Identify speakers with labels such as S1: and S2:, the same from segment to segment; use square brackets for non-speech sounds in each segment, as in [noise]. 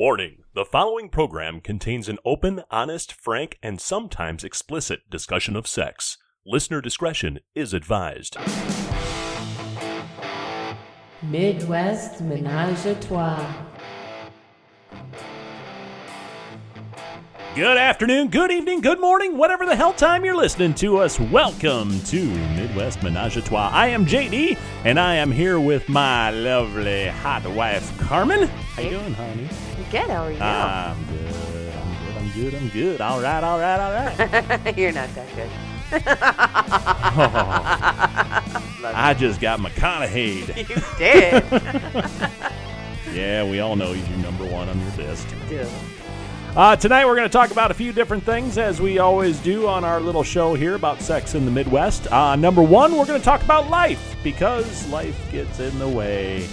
S1: Warning The following program contains an open, honest, frank, and sometimes explicit discussion of sex. Listener discretion is advised.
S2: Midwest Menage a Trois.
S1: Good afternoon, good evening, good morning, whatever the hell time you're listening to us. Welcome to Midwest Menage a Trois. I am JD, and I am here with my lovely hot wife, Carmen. How you doing, honey?
S3: Good, how are you?
S1: I'm good. I'm good. I'm good. I'm good. All right. All right. All right.
S3: [laughs] You're not that good.
S1: [laughs] I just got McConaughey.
S3: You did.
S1: [laughs] Yeah, we all know he's your number one on your list.
S3: Dude.
S1: Uh, tonight we're going to talk about a few different things, as we always do on our little show here about sex in the Midwest. Uh, number one, we're going to talk about life because life gets in the way.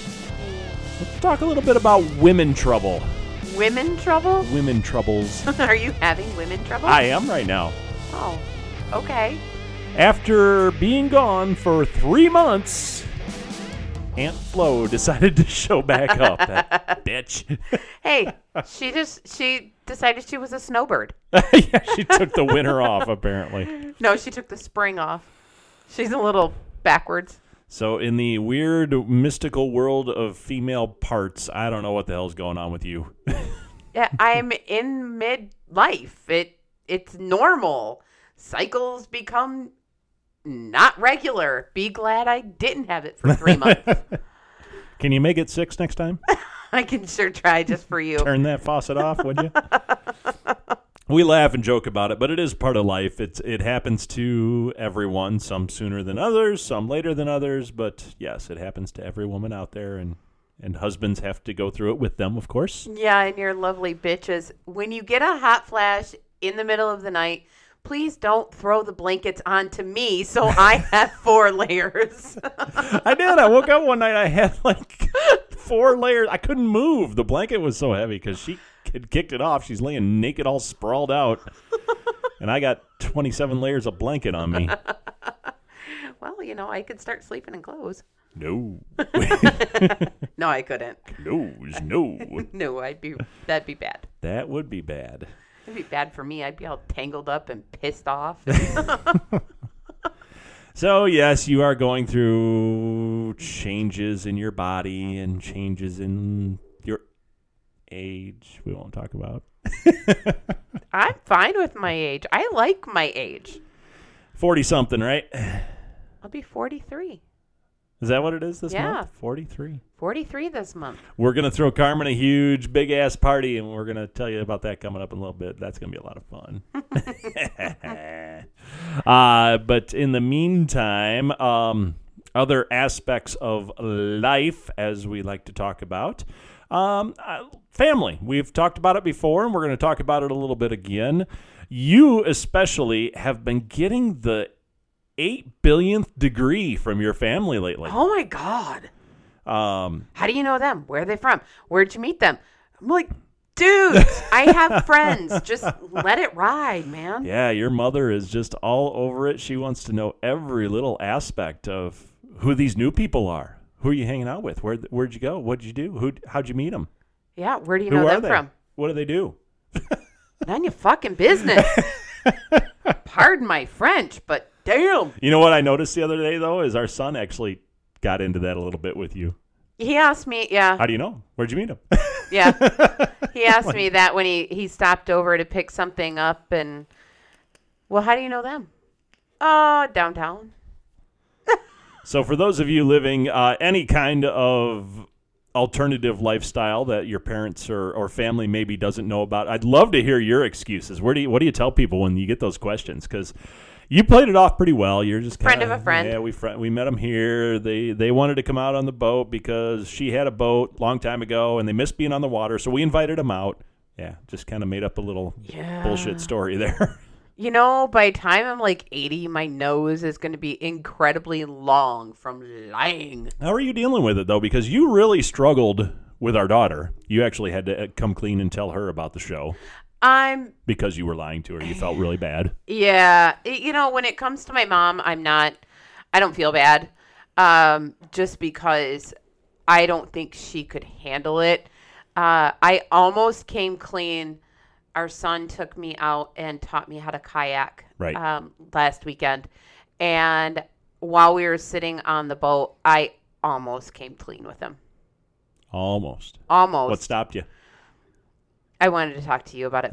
S1: Let's talk a little bit about women trouble,
S3: Women trouble? [laughs]
S1: women troubles.
S3: Are you having women trouble?
S1: I am right now.
S3: Oh, okay.
S1: After being gone for three months, Aunt Flo [laughs] decided to show back up. That bitch. [laughs]
S3: Hey, she just she decided she was a snowbird.
S1: yeah, she took the winter off apparently.
S3: No, she took the spring off. She's a little backwards.
S1: So in the weird mystical world of female parts, I don't know what the hell's going on with you. [laughs]
S3: Yeah, I'm in mid life. It it's normal. Cycles become not regular. Be glad I didn't have it for three months.
S1: [laughs] Can you make it six next time?
S3: I can sure try just for you.
S1: Turn that faucet off, would you? We laugh and joke about it, but it is part of life. It's it happens to everyone, some sooner than others, some later than others, but yes, it happens to every woman out there and and husbands have to go through it with them, of course.
S3: Yeah, and your lovely bitches. When you get a hot flash in the middle of the night, please don't throw the blankets onto me so I [laughs] have four layers. [laughs]
S1: I did. I woke up one night. I had like four layers. I couldn't move. The blanket was so heavy because she had kicked it off. She's laying naked, all sprawled out, and I got twenty-seven layers of blanket on me.
S3: well, you know, I could start sleeping in clothes.
S1: No,
S3: No, I couldn't.
S1: no, no.
S3: No, I'd be that'd be bad.
S1: That would be bad.
S3: It'd be bad for me. I'd be all tangled up and pissed [laughs] off.
S1: So yes, you are going through changes in your body and changes in your age. We won't talk about.
S3: I'm fine with my age. I like my age.
S1: 40 something, right?
S3: I'll be 43.
S1: Is that what it is this
S3: Yeah.
S1: month? 43.
S3: 43 this month.
S1: We're gonna throw Carmen a huge, big ass party, and we're gonna tell you about that coming up in a little bit. That's gonna be a lot of fun. [laughs] uh, but in the meantime, um, other aspects of life, as we like to talk about, um, uh, family. We've talked about it before, and we're gonna talk about it a little bit again. You especially have been getting the eight billionth degree from your family lately.
S3: Oh my god.
S1: Um,
S3: How do you know them? Where are they from? Where'd you meet them? I'm like, dude,
S1: [laughs]
S3: I have friends. Just let it ride, man.
S1: Yeah, your mother is just all over it. She wants to know every little aspect of who these new people are. Who are you hanging out with? Where where'd you go? What'd you do? Who how'd you meet them?
S3: Yeah, where do you
S1: who
S3: know
S1: are
S3: them
S1: they?
S3: from?
S1: What do they do?
S3: None of your
S1: [laughs]
S3: fucking business. Pardon my French, but damn.
S1: You know what I noticed the other day though is our son actually got into that a little bit with you.
S3: He asked me, yeah,
S1: How do you know? Where'd you meet him?
S3: yeah.
S1: [laughs]
S3: He asked me that when he, he stopped over to pick something up and, well, how do you know them? Oh, downtown.
S1: So, for those of you living uh, any kind of alternative lifestyle that your parents or, or family maybe doesn't know about, I'd love to hear your excuses. Where do you, what do you tell people when you get those questions? Because you played it off pretty well. You're just
S3: Friend
S1: kinda,
S3: of a friend.
S1: Yeah, we friend, we met them here. They they wanted to come out on the boat because she had a boat long time ago and they missed being on the water, so we invited them out. Yeah, just kind of made up a little
S3: Yeah.
S1: bullshit story [laughs] there.
S3: You know, by the time I'm like 80, my nose is going to be incredibly long from lying.
S1: How are you dealing with it though? Because you really struggled with our daughter. You actually had to uh, come clean and tell her about the show
S3: I'm
S1: because you were lying to her. You felt really bad.
S3: Yeah, y- you know, when it comes to my mom, I'm not. I don't feel bad, um, just because I don't think she could handle it. Uh, I almost came clean. Our son took me out and taught me how to kayak
S1: Right.
S3: um, last weekend. And while we were sitting on the boat, I almost came clean with him.
S1: Almost.
S3: Almost.
S1: What stopped you?
S3: I wanted to talk to you about it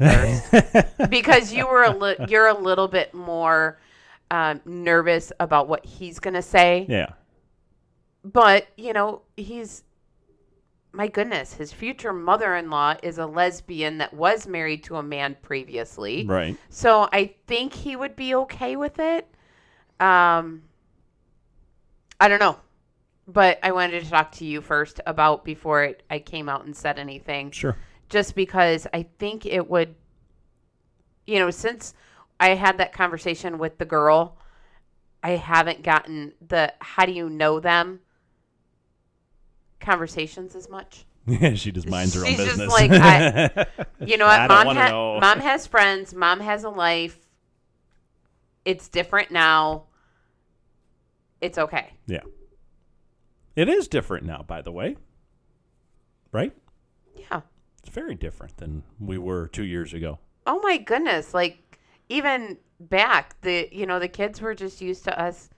S1: [laughs]
S3: first because you were a li- you're a little bit more um, nervous about what he's gonna say.
S1: Yeah.
S3: But you know, he's my goodness, his future mother-in-law is a lesbian that was married to a man previously,
S1: Right.
S3: so I think he would be okay with it. Um, I don't know, but I wanted to talk to you first about before it, I came out and said anything
S1: Sure. [laughs]
S3: just because I think it would, you know, since I had that conversation with the girl, I haven't gotten the how do you know them conversations as much.
S1: she just minds her own
S3: She's just
S1: business.
S3: like, I-
S1: [laughs]
S3: You know what?
S1: I don't
S3: mom,
S1: wanna
S3: ha-
S1: know.
S3: mom has friends, mom has a life. It's different now. It's okay.
S1: yeah. It is different now, by the way. Right?
S3: Yeah.
S1: It's very different than we were two years ago.
S3: oh my goodness like even back the you know the kids were just used to us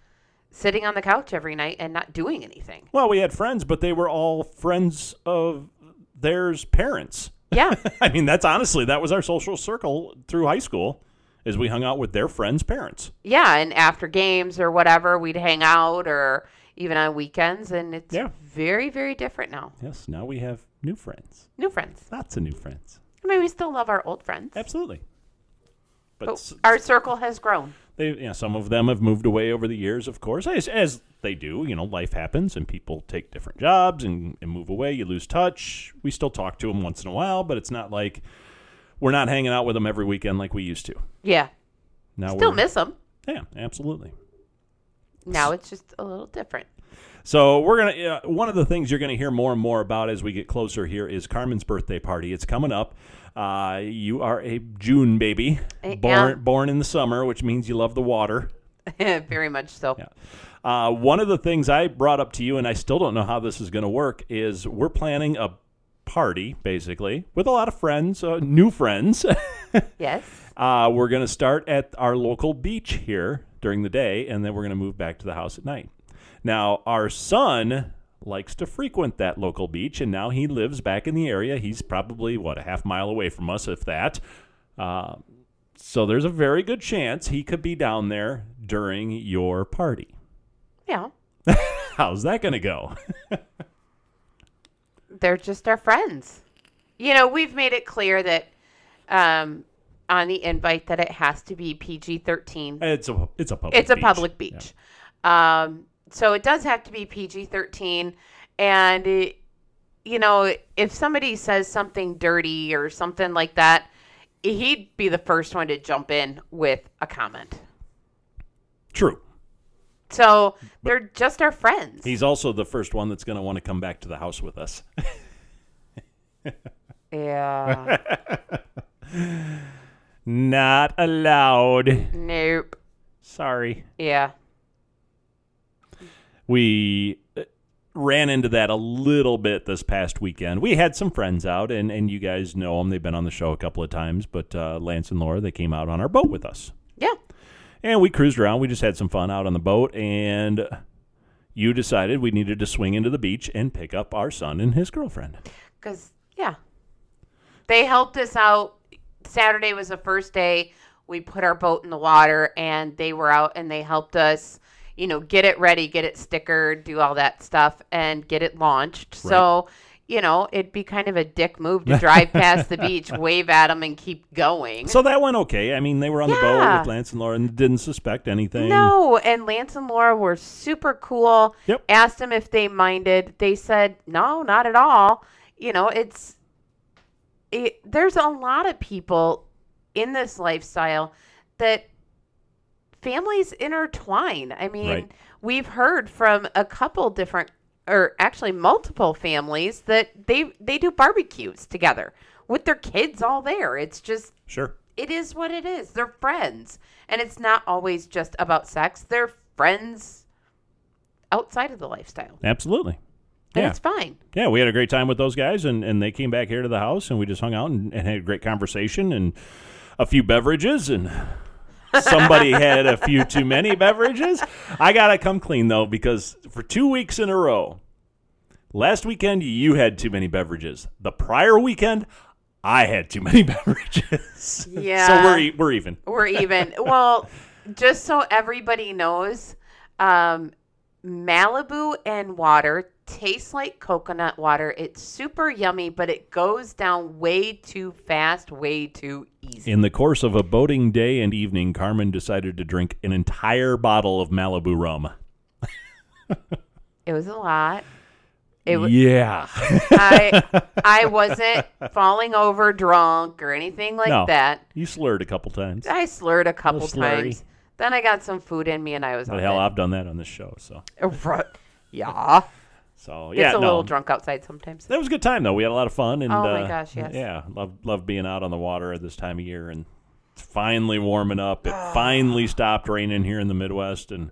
S3: sitting on the couch every night and not doing anything
S1: Well, we had friends, but they were all friends of theirs parents. [laughs]
S3: yeah
S1: I mean, that's honestly that was our social circle through high school, is we hung out with their friends' parents.
S3: yeah and after games or whatever we'd hang out or even on weekends and it's
S1: Yeah.
S3: very very different now
S1: Yes, now we have new friends,
S3: new friends
S1: lots of new friends.
S3: i mean we still love our old friends
S1: Absolutely, but,
S3: but
S1: s-
S3: our circle has grown
S1: they, you know, some of them have moved away over the years, of course, as as they do. You know, life happens, and people take different jobs and, and move away. You lose touch. We still talk to them once in a while, but it's not like we're not hanging out with them every weekend like we used to.
S3: yeah
S1: Now
S3: still
S1: we're,
S3: miss them
S1: yeah, absolutely. [laughs]
S3: now it's just a little different [laughs]
S1: So we're gonna. Uh, one of the things you're gonna hear more and more about as we get closer here is Carmen's birthday party. It's coming up. Uh, you are a June baby,
S3: I
S1: born
S3: am.
S1: born in the summer, which means you love the water.
S3: very much so
S1: Yeah. Uh, one of the things I brought up to you, and I still don't know how this is gonna work, is we're planning a party basically with a lot of friends, uh, new friends. [laughs]
S3: yes
S1: Uh, we're going to start at our local beach here during the day, and then we're going to move back to the house at night. Now, our son likes to frequent that local beach, and now he lives back in the area. He's probably, what, a half mile away from us, if that. Uh, so there's a very good chance he could be down there during your party.
S3: yeah
S1: How's that going to go? [laughs]
S3: they're just our friends. You know, we've made it clear that um, on the invite that it has to be PG 13.
S1: it's a it's a public
S3: It's a
S1: beach.
S3: public beach. Um, so it does have to be PG 13. And, it, you know, if somebody says something dirty or something like that, he'd be the first one to jump in with a comment.
S1: True.
S3: So they're just our friends.
S1: He's also the first one that's going to want to come back to the house with us. [laughs] [laughs]
S3: Yeah.
S1: Not allowed.
S3: nope.
S1: Sorry.
S3: Yeah.
S1: We uh, ran into that a little bit this past weekend. We had some friends out, and, and you guys know them. They've been on the show a couple of times, but uh, Lance and Laura, they came out on our boat with us.
S3: Yeah.
S1: And we cruised around. We just had some fun out on the boat, and you decided we needed to swing into the beach and pick up our son and his girlfriend.
S3: Because, yeah. They helped us out. Saturday was the first day we put our boat in the water and they were out and they helped us, you know, get it ready, get it stickered, do all that stuff and get it launched. So, you know, it'd be kind of a dick move to drive past the beach, wave at them, and keep going.
S1: So that went okay. I mean, they were on the boat
S3: Yeah.
S1: with Lance and Laura and didn't suspect anything.
S3: No, and Lance and Laura were super cool.
S1: Yep.
S3: Asked them if they minded. They said, "No, not at all." You know, it's it, there's a lot of people in this lifestyle that families intertwine. I mean,
S1: Right.
S3: we've heard from a couple different or actually multiple families that they they do barbecues together with their kids all there. It's just
S1: Sure.
S3: it is what it is. They're friends. And it's not always just about sex. They're friends outside of the lifestyle.
S1: Absolutely.
S3: And
S1: Yeah.
S3: it's fine.
S1: yeah, we had a great time with those guys, and, and they came back here to the house, and we just hung out and, and had a great conversation and a few beverages, and
S3: [laughs]
S1: somebody had a few too many beverages. I gotta come clean though, because for two weeks in a row, last weekend you had too many beverages. The prior weekend, I had too many [laughs] beverages. so
S3: Yeah.
S1: we're e- we're even. [laughs]
S3: We're even. well, just so everybody knows, um, Malibu and water tastes like coconut water. It's super yummy, but it goes down way too fast, way too easy.
S1: In the course of a boating day and evening, Carmen decided to drink an entire bottle of Malibu rum.
S3: It was a lot. It was.
S1: yeah. [laughs]
S3: I I wasn't falling over drunk or anything like
S1: No.
S3: that.
S1: You slurred a couple times.
S3: I slurred a couple
S1: little slurry.
S3: times. Then I got some food in me, and I was
S1: But
S3: on
S1: hell,
S3: it.
S1: I've done that on this show. So,
S3: [laughs] Right. Yeah,
S1: so [laughs]
S3: gets
S1: yeah,
S3: a
S1: no.
S3: little drunk outside sometimes.
S1: That was a good time though. We had a lot of fun. And
S3: Oh, my
S1: uh,
S3: gosh, yes.
S1: yeah, love love being out on the water at this time of year and it's finally warming up. It
S3: Ah.
S1: finally stopped raining here in the Midwest, and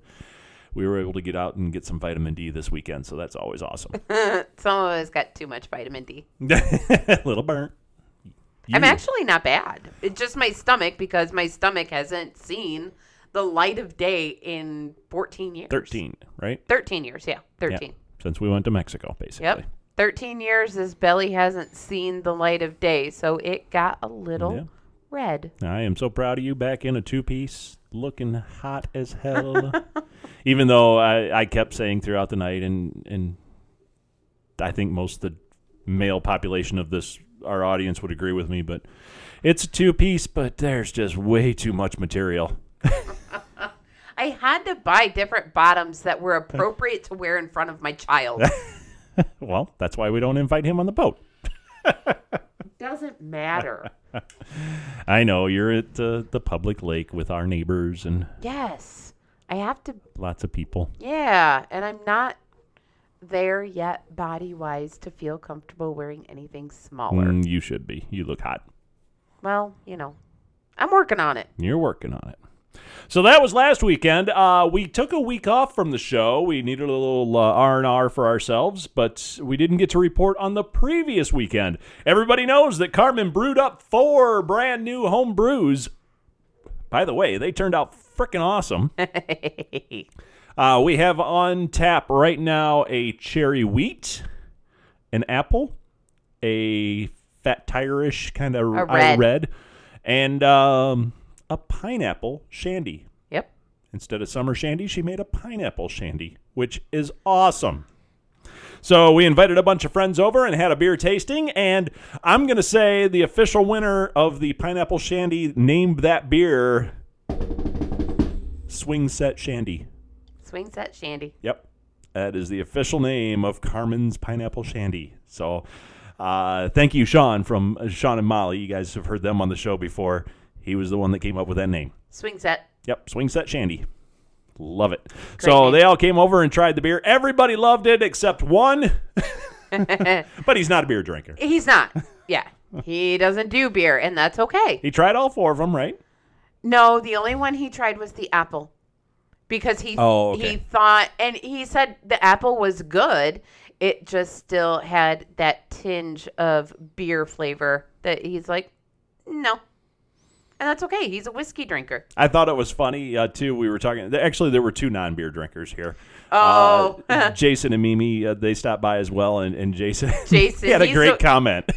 S1: we were able to get out and get some vitamin D this weekend. So that's always
S3: [laughs]
S1: awesome. [laughs]
S3: Some of us got too much vitamin D.
S1: a little burnt.
S3: am
S1: You-
S3: actually not bad. It's just my stomach because my stomach hasn't seen the light of day in 14 years.
S1: 13, right?
S3: 13 years, yeah.
S1: Yeah,
S3: 13.
S1: Since we went to Mexico, basically.
S3: Yep. 13 years this belly hasn't seen the light of day, so it got a little
S1: Yeah.
S3: red.
S1: I am so proud of you back in a two piece, looking hot as hell. [laughs] Even though I, I kept saying throughout the night, and, and I think most of the male population of this, our audience would agree with me, but it's a two piece, but there's just way too much material.
S3: I had to buy different bottoms that were appropriate to wear in front of my child.
S1: Well, that's why we don't invite him on the boat.
S3: Doesn't matter.
S1: I know you're at the, the public lake with our neighbors and
S3: Yes. I have to
S1: lots of people.
S3: Yeah, and I'm not there yet body wise to feel comfortable wearing anything smaller.
S1: Mm, you should be. You look hot.
S3: Well, you know, I'm working on it.
S1: You're working on it. So that was last weekend. Uh, we took a week off from the show. We needed a little uh, R and R for ourselves, but we didn't get to report on the previous weekend. Everybody knows that Carmen brewed up four brand new home brews. By the way, they turned out freaking
S3: [laughs]
S1: awesome. Uh, we have on tap right now a cherry wheat, an apple, a fat tire-ish kind of
S3: A red.
S1: and um, a pineapple shandy.
S3: yep.
S1: Instead of summer shandy, she made a pineapple shandy, which is awesome. So we invited a bunch of friends over and had a beer tasting, and I'm gonna say the official winner of the pineapple shandy named that beer Swing Set Shandy.
S3: Swing set shandy.
S1: Yep. That is the official name of Carmen's Pineapple Shandy. So uh, thank you, Sean, from uh, Sean and Molly. You guys have heard them on the show before. He was the one that came up with that name.
S3: Swing set.
S1: Yep, Swing Set Shandy. Love it. so
S3: name.
S1: they all came over and tried the beer. Everybody loved it except one, [laughs] but he's not a beer drinker.
S3: He's not. Yeah. He doesn't do beer, and that's okay.
S1: He tried all four of them, right?
S3: No, the only one he tried was the apple. Because he
S1: Oh, okay.
S3: he thought and he said the apple was good. It just still had that tinge of beer flavor that he's like, no. And that's okay. He's a whiskey drinker.
S1: I thought it was funny uh, too. We were talking. th- Actually, there were two non-beer drinkers here.
S3: Oh. [laughs]
S1: Uh, Jason and Mimi, uh, they stopped by as well, and, and Jason, [laughs]
S3: Jason,
S1: he had a
S3: he's
S1: great
S3: so-
S1: comment. [laughs]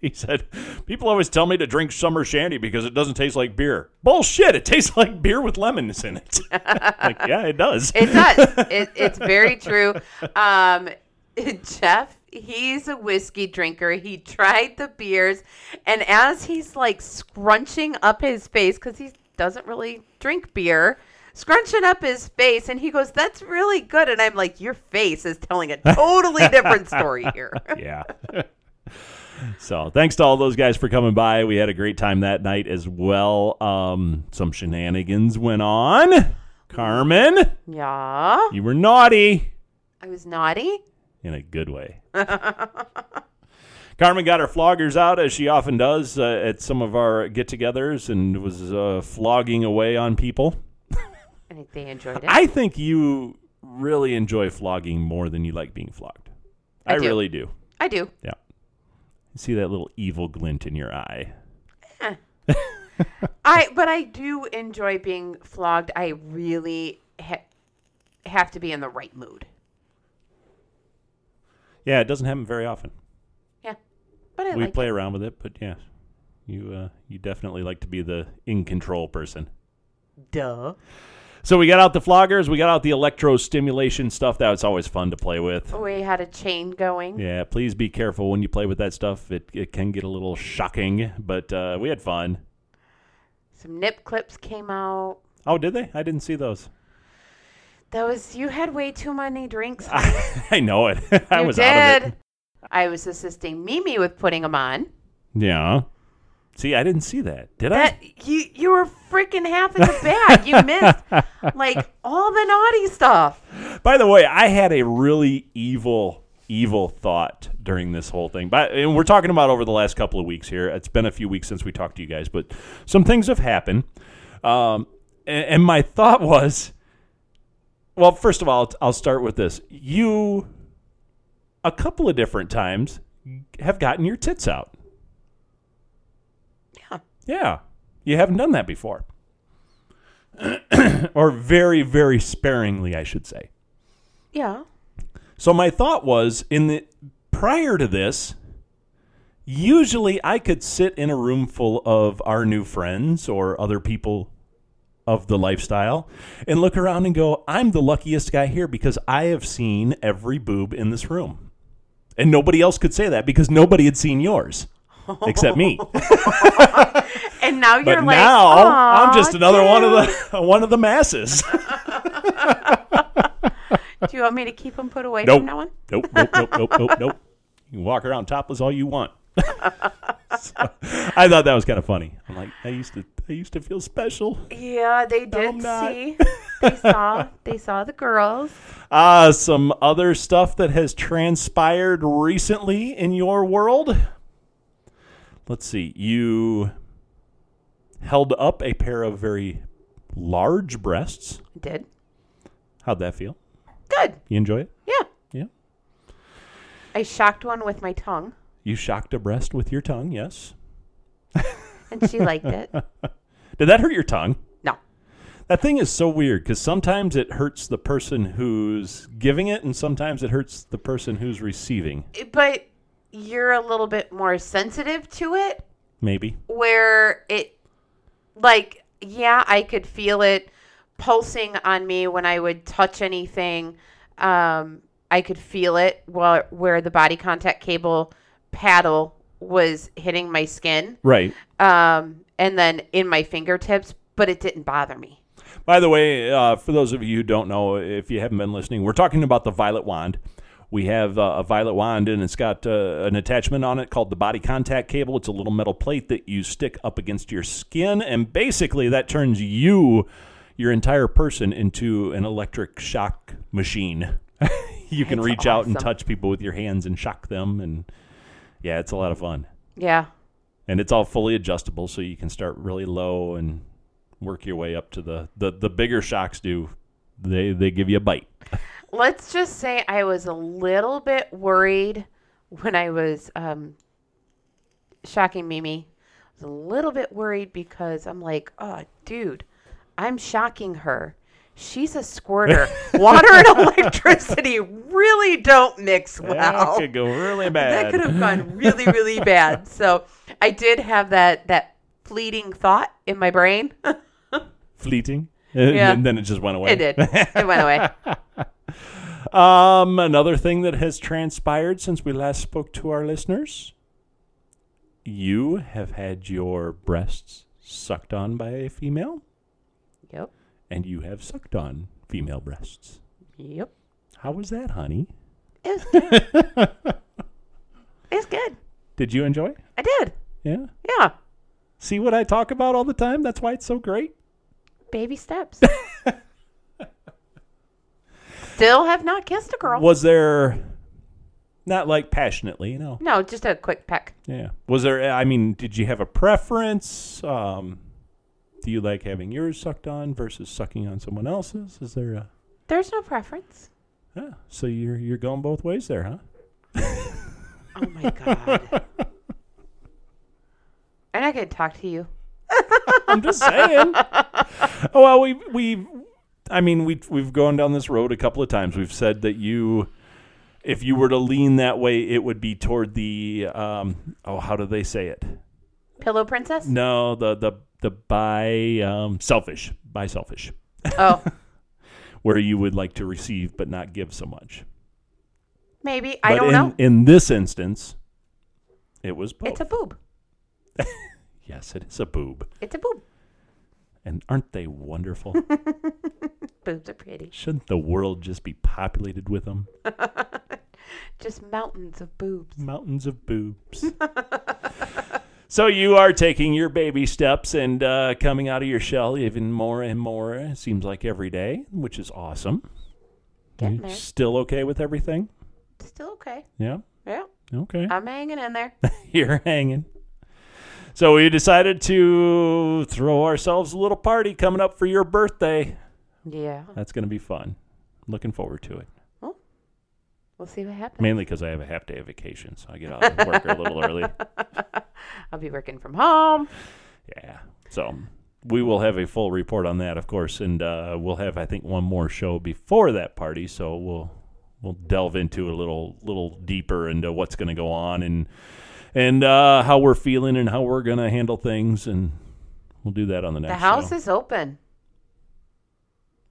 S1: He said, "People always tell me to drink summer shandy because it doesn't taste like beer. Bullshit! It tastes like beer with lemons in it. [laughs] like, yeah, it does.
S3: [laughs] It does. it, it's very true. Um, [laughs] Jeff, he's a whiskey drinker. He tried the beers, and as he's like scrunching up his face because he doesn't really drink beer, scrunching up his face, and he goes, "That's really good." And I'm like, "Your face is telling a totally different story here."
S1: yeah. [laughs] so thanks to all those guys for coming by. We had a great time that night as well. Um, some shenanigans went on. Carmen,
S3: yeah,
S1: you were naughty
S3: I was naughty.
S1: in a good way. [laughs] Carmen got her floggers out as she often does uh, at some of our get-togethers and was uh, flogging away on people.
S3: I think they enjoyed it.
S1: I think you really enjoy flogging more than you like being flogged. I,
S3: I do.
S1: really do.
S3: I do.
S1: Yeah. You see that little evil glint in your eye.
S3: I but I do enjoy being flogged. I really ha- have to be in the right mood.
S1: Yeah, it doesn't happen very often.
S3: Yeah, but I
S1: we
S3: like.
S1: play around with it, but yeah, you uh, you definitely like to be the in control person.
S3: Duh.
S1: So we got out the floggers, we got out the electro stimulation stuff. That's always fun to play with.
S3: We had a chain going.
S1: Yeah, please be careful when you play with that stuff. It it can get a little shocking, but uh, we had fun.
S3: Some nip clips came out.
S1: Oh, did they? I didn't see those. [laughs]
S3: That was you had way too many drinks.
S1: I, know it. [laughs] I
S3: you
S1: was
S3: did.
S1: out of it.
S3: I was assisting Mimi with putting them on.
S1: Yeah. See, I didn't see that. Did
S3: That you you were freaking half in the bag. You
S1: [laughs]
S3: missed like all the naughty stuff.
S1: I? By the way, I had a really evil, evil thought during this whole thing. But and we're talking about over the last couple of weeks here. It's been a few weeks since we talked to you guys, but some things have happened. Um, and, and my thought was, well, first of all, I'll- I'll start with this. You, a couple of different times, have gotten your tits out.
S3: Yeah.
S1: Yeah. You haven't done that before. [clears throat] or very, very sparingly, I should say.
S3: Yeah.
S1: So my thought was in the prior to this, usually I could sit in a room full of our new friends or other people of the lifestyle and look around and go, I'm the luckiest guy here because I have seen every boob in this room. And nobody else could say that because nobody had seen yours except
S3: [laughs]
S1: me.
S3: And now you're
S1: but
S3: like,
S1: now I'm
S3: "Aw,
S1: just another one of
S3: dude."
S1: the [laughs] one of the masses.
S3: Do you want me to keep them put away
S1: nope.
S3: from that one? [laughs]
S1: Nope, nope, nope, nope, nope, nope. You can walk around topless all you want. [laughs] So, I thought that was kind of funny. I'm like, I used to, I used to feel special.
S3: Yeah, they did
S1: I'm not.
S3: see.
S1: [laughs]
S3: They saw. They saw the girls.
S1: Uh, some other stuff that has transpired recently in your world. Let's see. You held up a pair of very large breasts.
S3: Did
S1: How'd that feel?
S3: good.
S1: You enjoy it?
S3: Yeah,
S1: Yeah.
S3: I shocked one with my tongue,
S1: You shocked a breast with your tongue, yes.
S3: and she liked it.
S1: Did that hurt your tongue?
S3: No,
S1: That thing is so weird because sometimes it hurts the person who's giving it, and sometimes it hurts the person who's receiving.
S3: but you're a little bit more sensitive to it,
S1: Maybe.
S3: where it, like, yeah, I could feel it pulsing on me when I would touch anything. Um, I could feel it while, where the body contact cable paddle was hitting my skin.
S1: Right.
S3: um, and then in my fingertips, but it didn't bother me.
S1: By the way, uh, for those of you who don't know, if you haven't been listening, we're talking about the violet wand. We have uh, a violet wand, and it's got uh, an attachment on it called the body contact cable. It's a little metal plate that you stick up against your skin, and basically that turns you, your entire person, into an electric shock machine. [laughs] you can
S3: That's
S1: reach out and
S3: awesome.
S1: touch people with your hands and shock them, and yeah, it's a lot of fun
S3: Yeah.
S1: and it's all fully adjustable so you can start really low and work your way up to the the, the bigger shocks do they they give you a bite
S3: Let's just say I was a little bit worried when I was um, shocking Mimi. I was a little bit worried because I'm like, oh, dude, I'm shocking her. She's a squirter.
S1: [laughs]
S3: Water and electricity really don't mix well.
S1: that could go really
S3: [laughs] that
S1: bad
S3: could have gone really really bad so i did have that that fleeting thought in my brain
S1: [laughs]
S3: [laughs]
S1: fleeting Uh, and
S3: Yeah.
S1: then it just went away
S3: it did it went away
S1: [laughs] um another thing that has transpired since we last spoke to our listeners you have had your breasts sucked on by a female
S3: yep
S1: and you have sucked on female breasts
S3: yep
S1: how was that honey
S3: it was good it was good
S1: did you enjoy
S3: i did
S1: yeah
S3: yeah
S1: See what I talk about all the time? That's why it's so great.
S3: baby steps still have not kissed a girl
S1: Was there not like passionately, you know?
S3: no just a quick peck
S1: Yeah. Was there I mean, did you have a preference? Um do you like having yours sucked on versus sucking on someone else's? Is there a
S3: there's no preference
S1: yeah, so you're you're going both ways there, huh?
S3: Oh my [laughs] god. I'm not gonna talk to you.
S1: I'm just saying. [laughs] oh well, we we, I mean we we've gone down this road a couple of times. We've said that you, if you were to lean that way, it would be toward the um. Oh, how do they say it?
S3: Pillow princess?
S1: No, the the the by um selfish by selfish,
S3: Oh,
S1: where you would like to receive but not give so much.
S3: maybe.
S1: but
S3: I don't
S1: in,
S3: know.
S1: In this instance, it was both.
S3: It's a boob.
S1: yes, it is a boob.
S3: It's a boob.
S1: And aren't they
S3: [laughs]
S1: wonderful?
S3: Boobs are pretty.
S1: Shouldn't the world just be populated with them?
S3: Just mountains of boobs.
S1: Mountains of boobs.
S3: [laughs]
S1: so you are taking your baby steps and uh, coming out of your shell even more and more. It seems like every day, which is awesome.
S3: Getting
S1: You
S3: there.
S1: Still okay with everything?
S3: Still okay.
S1: Yeah.
S3: Yeah.
S1: Okay.
S3: I'm hanging in there. [laughs]
S1: [laughs] You're hanging. So we decided to throw ourselves a little party coming up for your birthday.
S3: yeah.
S1: That's going to be fun. Looking forward to it.
S3: We'll see what happens.
S1: Mainly because I have a half day of vacation, so I get out of work a
S3: [laughs]
S1: little early.
S3: I'll be working from home.
S1: Yeah. So we will have a full report on that, of course, and uh, we'll have I think one more show before that party. So we'll we'll delve into a little little deeper into what's going to go on and and uh, how we're feeling and how we're going to handle things, and we'll do that on the next.
S3: The house
S1: show.
S3: is open.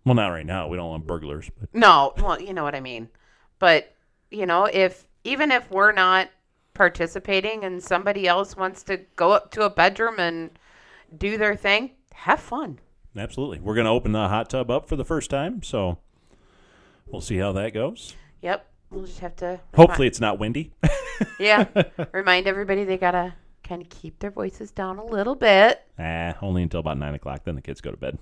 S1: well, not right now. We don't want burglars, but
S3: No, well, you know what I mean. But, you know, if even if we're not participating and somebody else wants to go up to a bedroom and do their thing, have fun.
S1: absolutely, we're going to open the hot tub up for the first time. So we'll see how that goes.
S3: Yep. We'll just have to
S1: Hopefully, it's not windy. [laughs]
S3: Yeah. Remind everybody they got to kind of keep their voices down a little bit.
S1: Eh, only until about nine o'clock. Then the kids go to bed.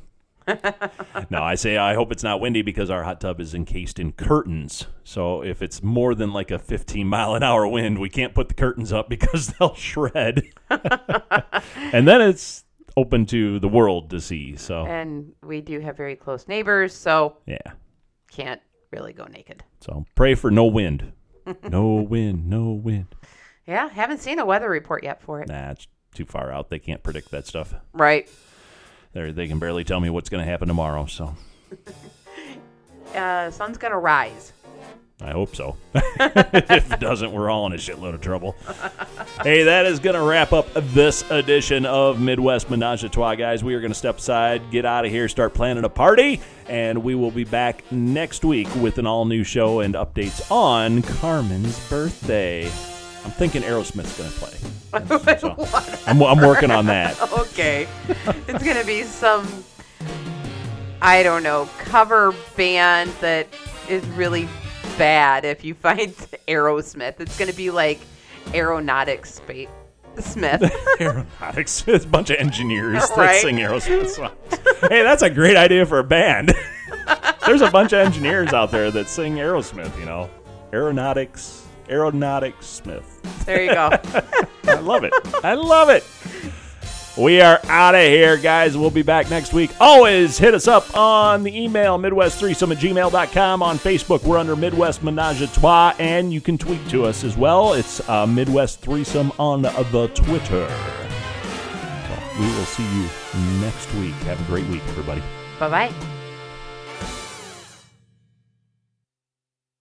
S1: no, I say I hope it's not windy because our hot tub is encased in curtains. So if it's more than like a 15 mile an hour wind, we can't put the curtains up because [laughs] they'll shred. and then it's open to the world to see. So
S3: And we do have very close neighbors, so
S1: yeah.
S3: can't really go naked.
S1: So pray for no wind. No wind, no wind.
S3: Yeah, haven't seen a weather report yet for it.
S1: Nah, it's too far out. They can't predict that stuff.
S3: Right.
S1: They they can barely tell me what's going to happen tomorrow. So
S3: Uh, sun's going to rise.
S1: I hope so. [laughs] if it doesn't, we're all in a shitload of trouble. hey, that is going to wrap up this edition of Midwest Menage a Trois, guys. We are going to step aside, get out of here, start planning a party, and we will be back next week with an all new show and updates on Carmen's birthday. I'm thinking Aerosmith's going to play. So, I'm, I'm working on that.
S3: [laughs] okay. it's going to be some, I don't know, cover band that is really bad if you find [laughs] Aerosmith. It's going to be like Aeronautics Spa- Smith.
S1: Aeronautics. [laughs] It's a bunch of engineers that
S3: Right.
S1: sing Aerosmith songs. hey, that's a great idea for a band. [laughs] There's a bunch of engineers out there that sing Aerosmith, you know. Aeronautics, Aeronautics Smith.
S3: there you go.
S1: I love it. I love it. We are out of here, guys. We'll be back next week. Always hit us up on the email, midwest3sum at gmail.com. On Facebook, we're under Midwest Menage a Trois, and you can tweet to us as well. It's uh, Midwest Threesome on the Twitter. So we will see you next week. Have a great week, everybody.
S3: bye bye.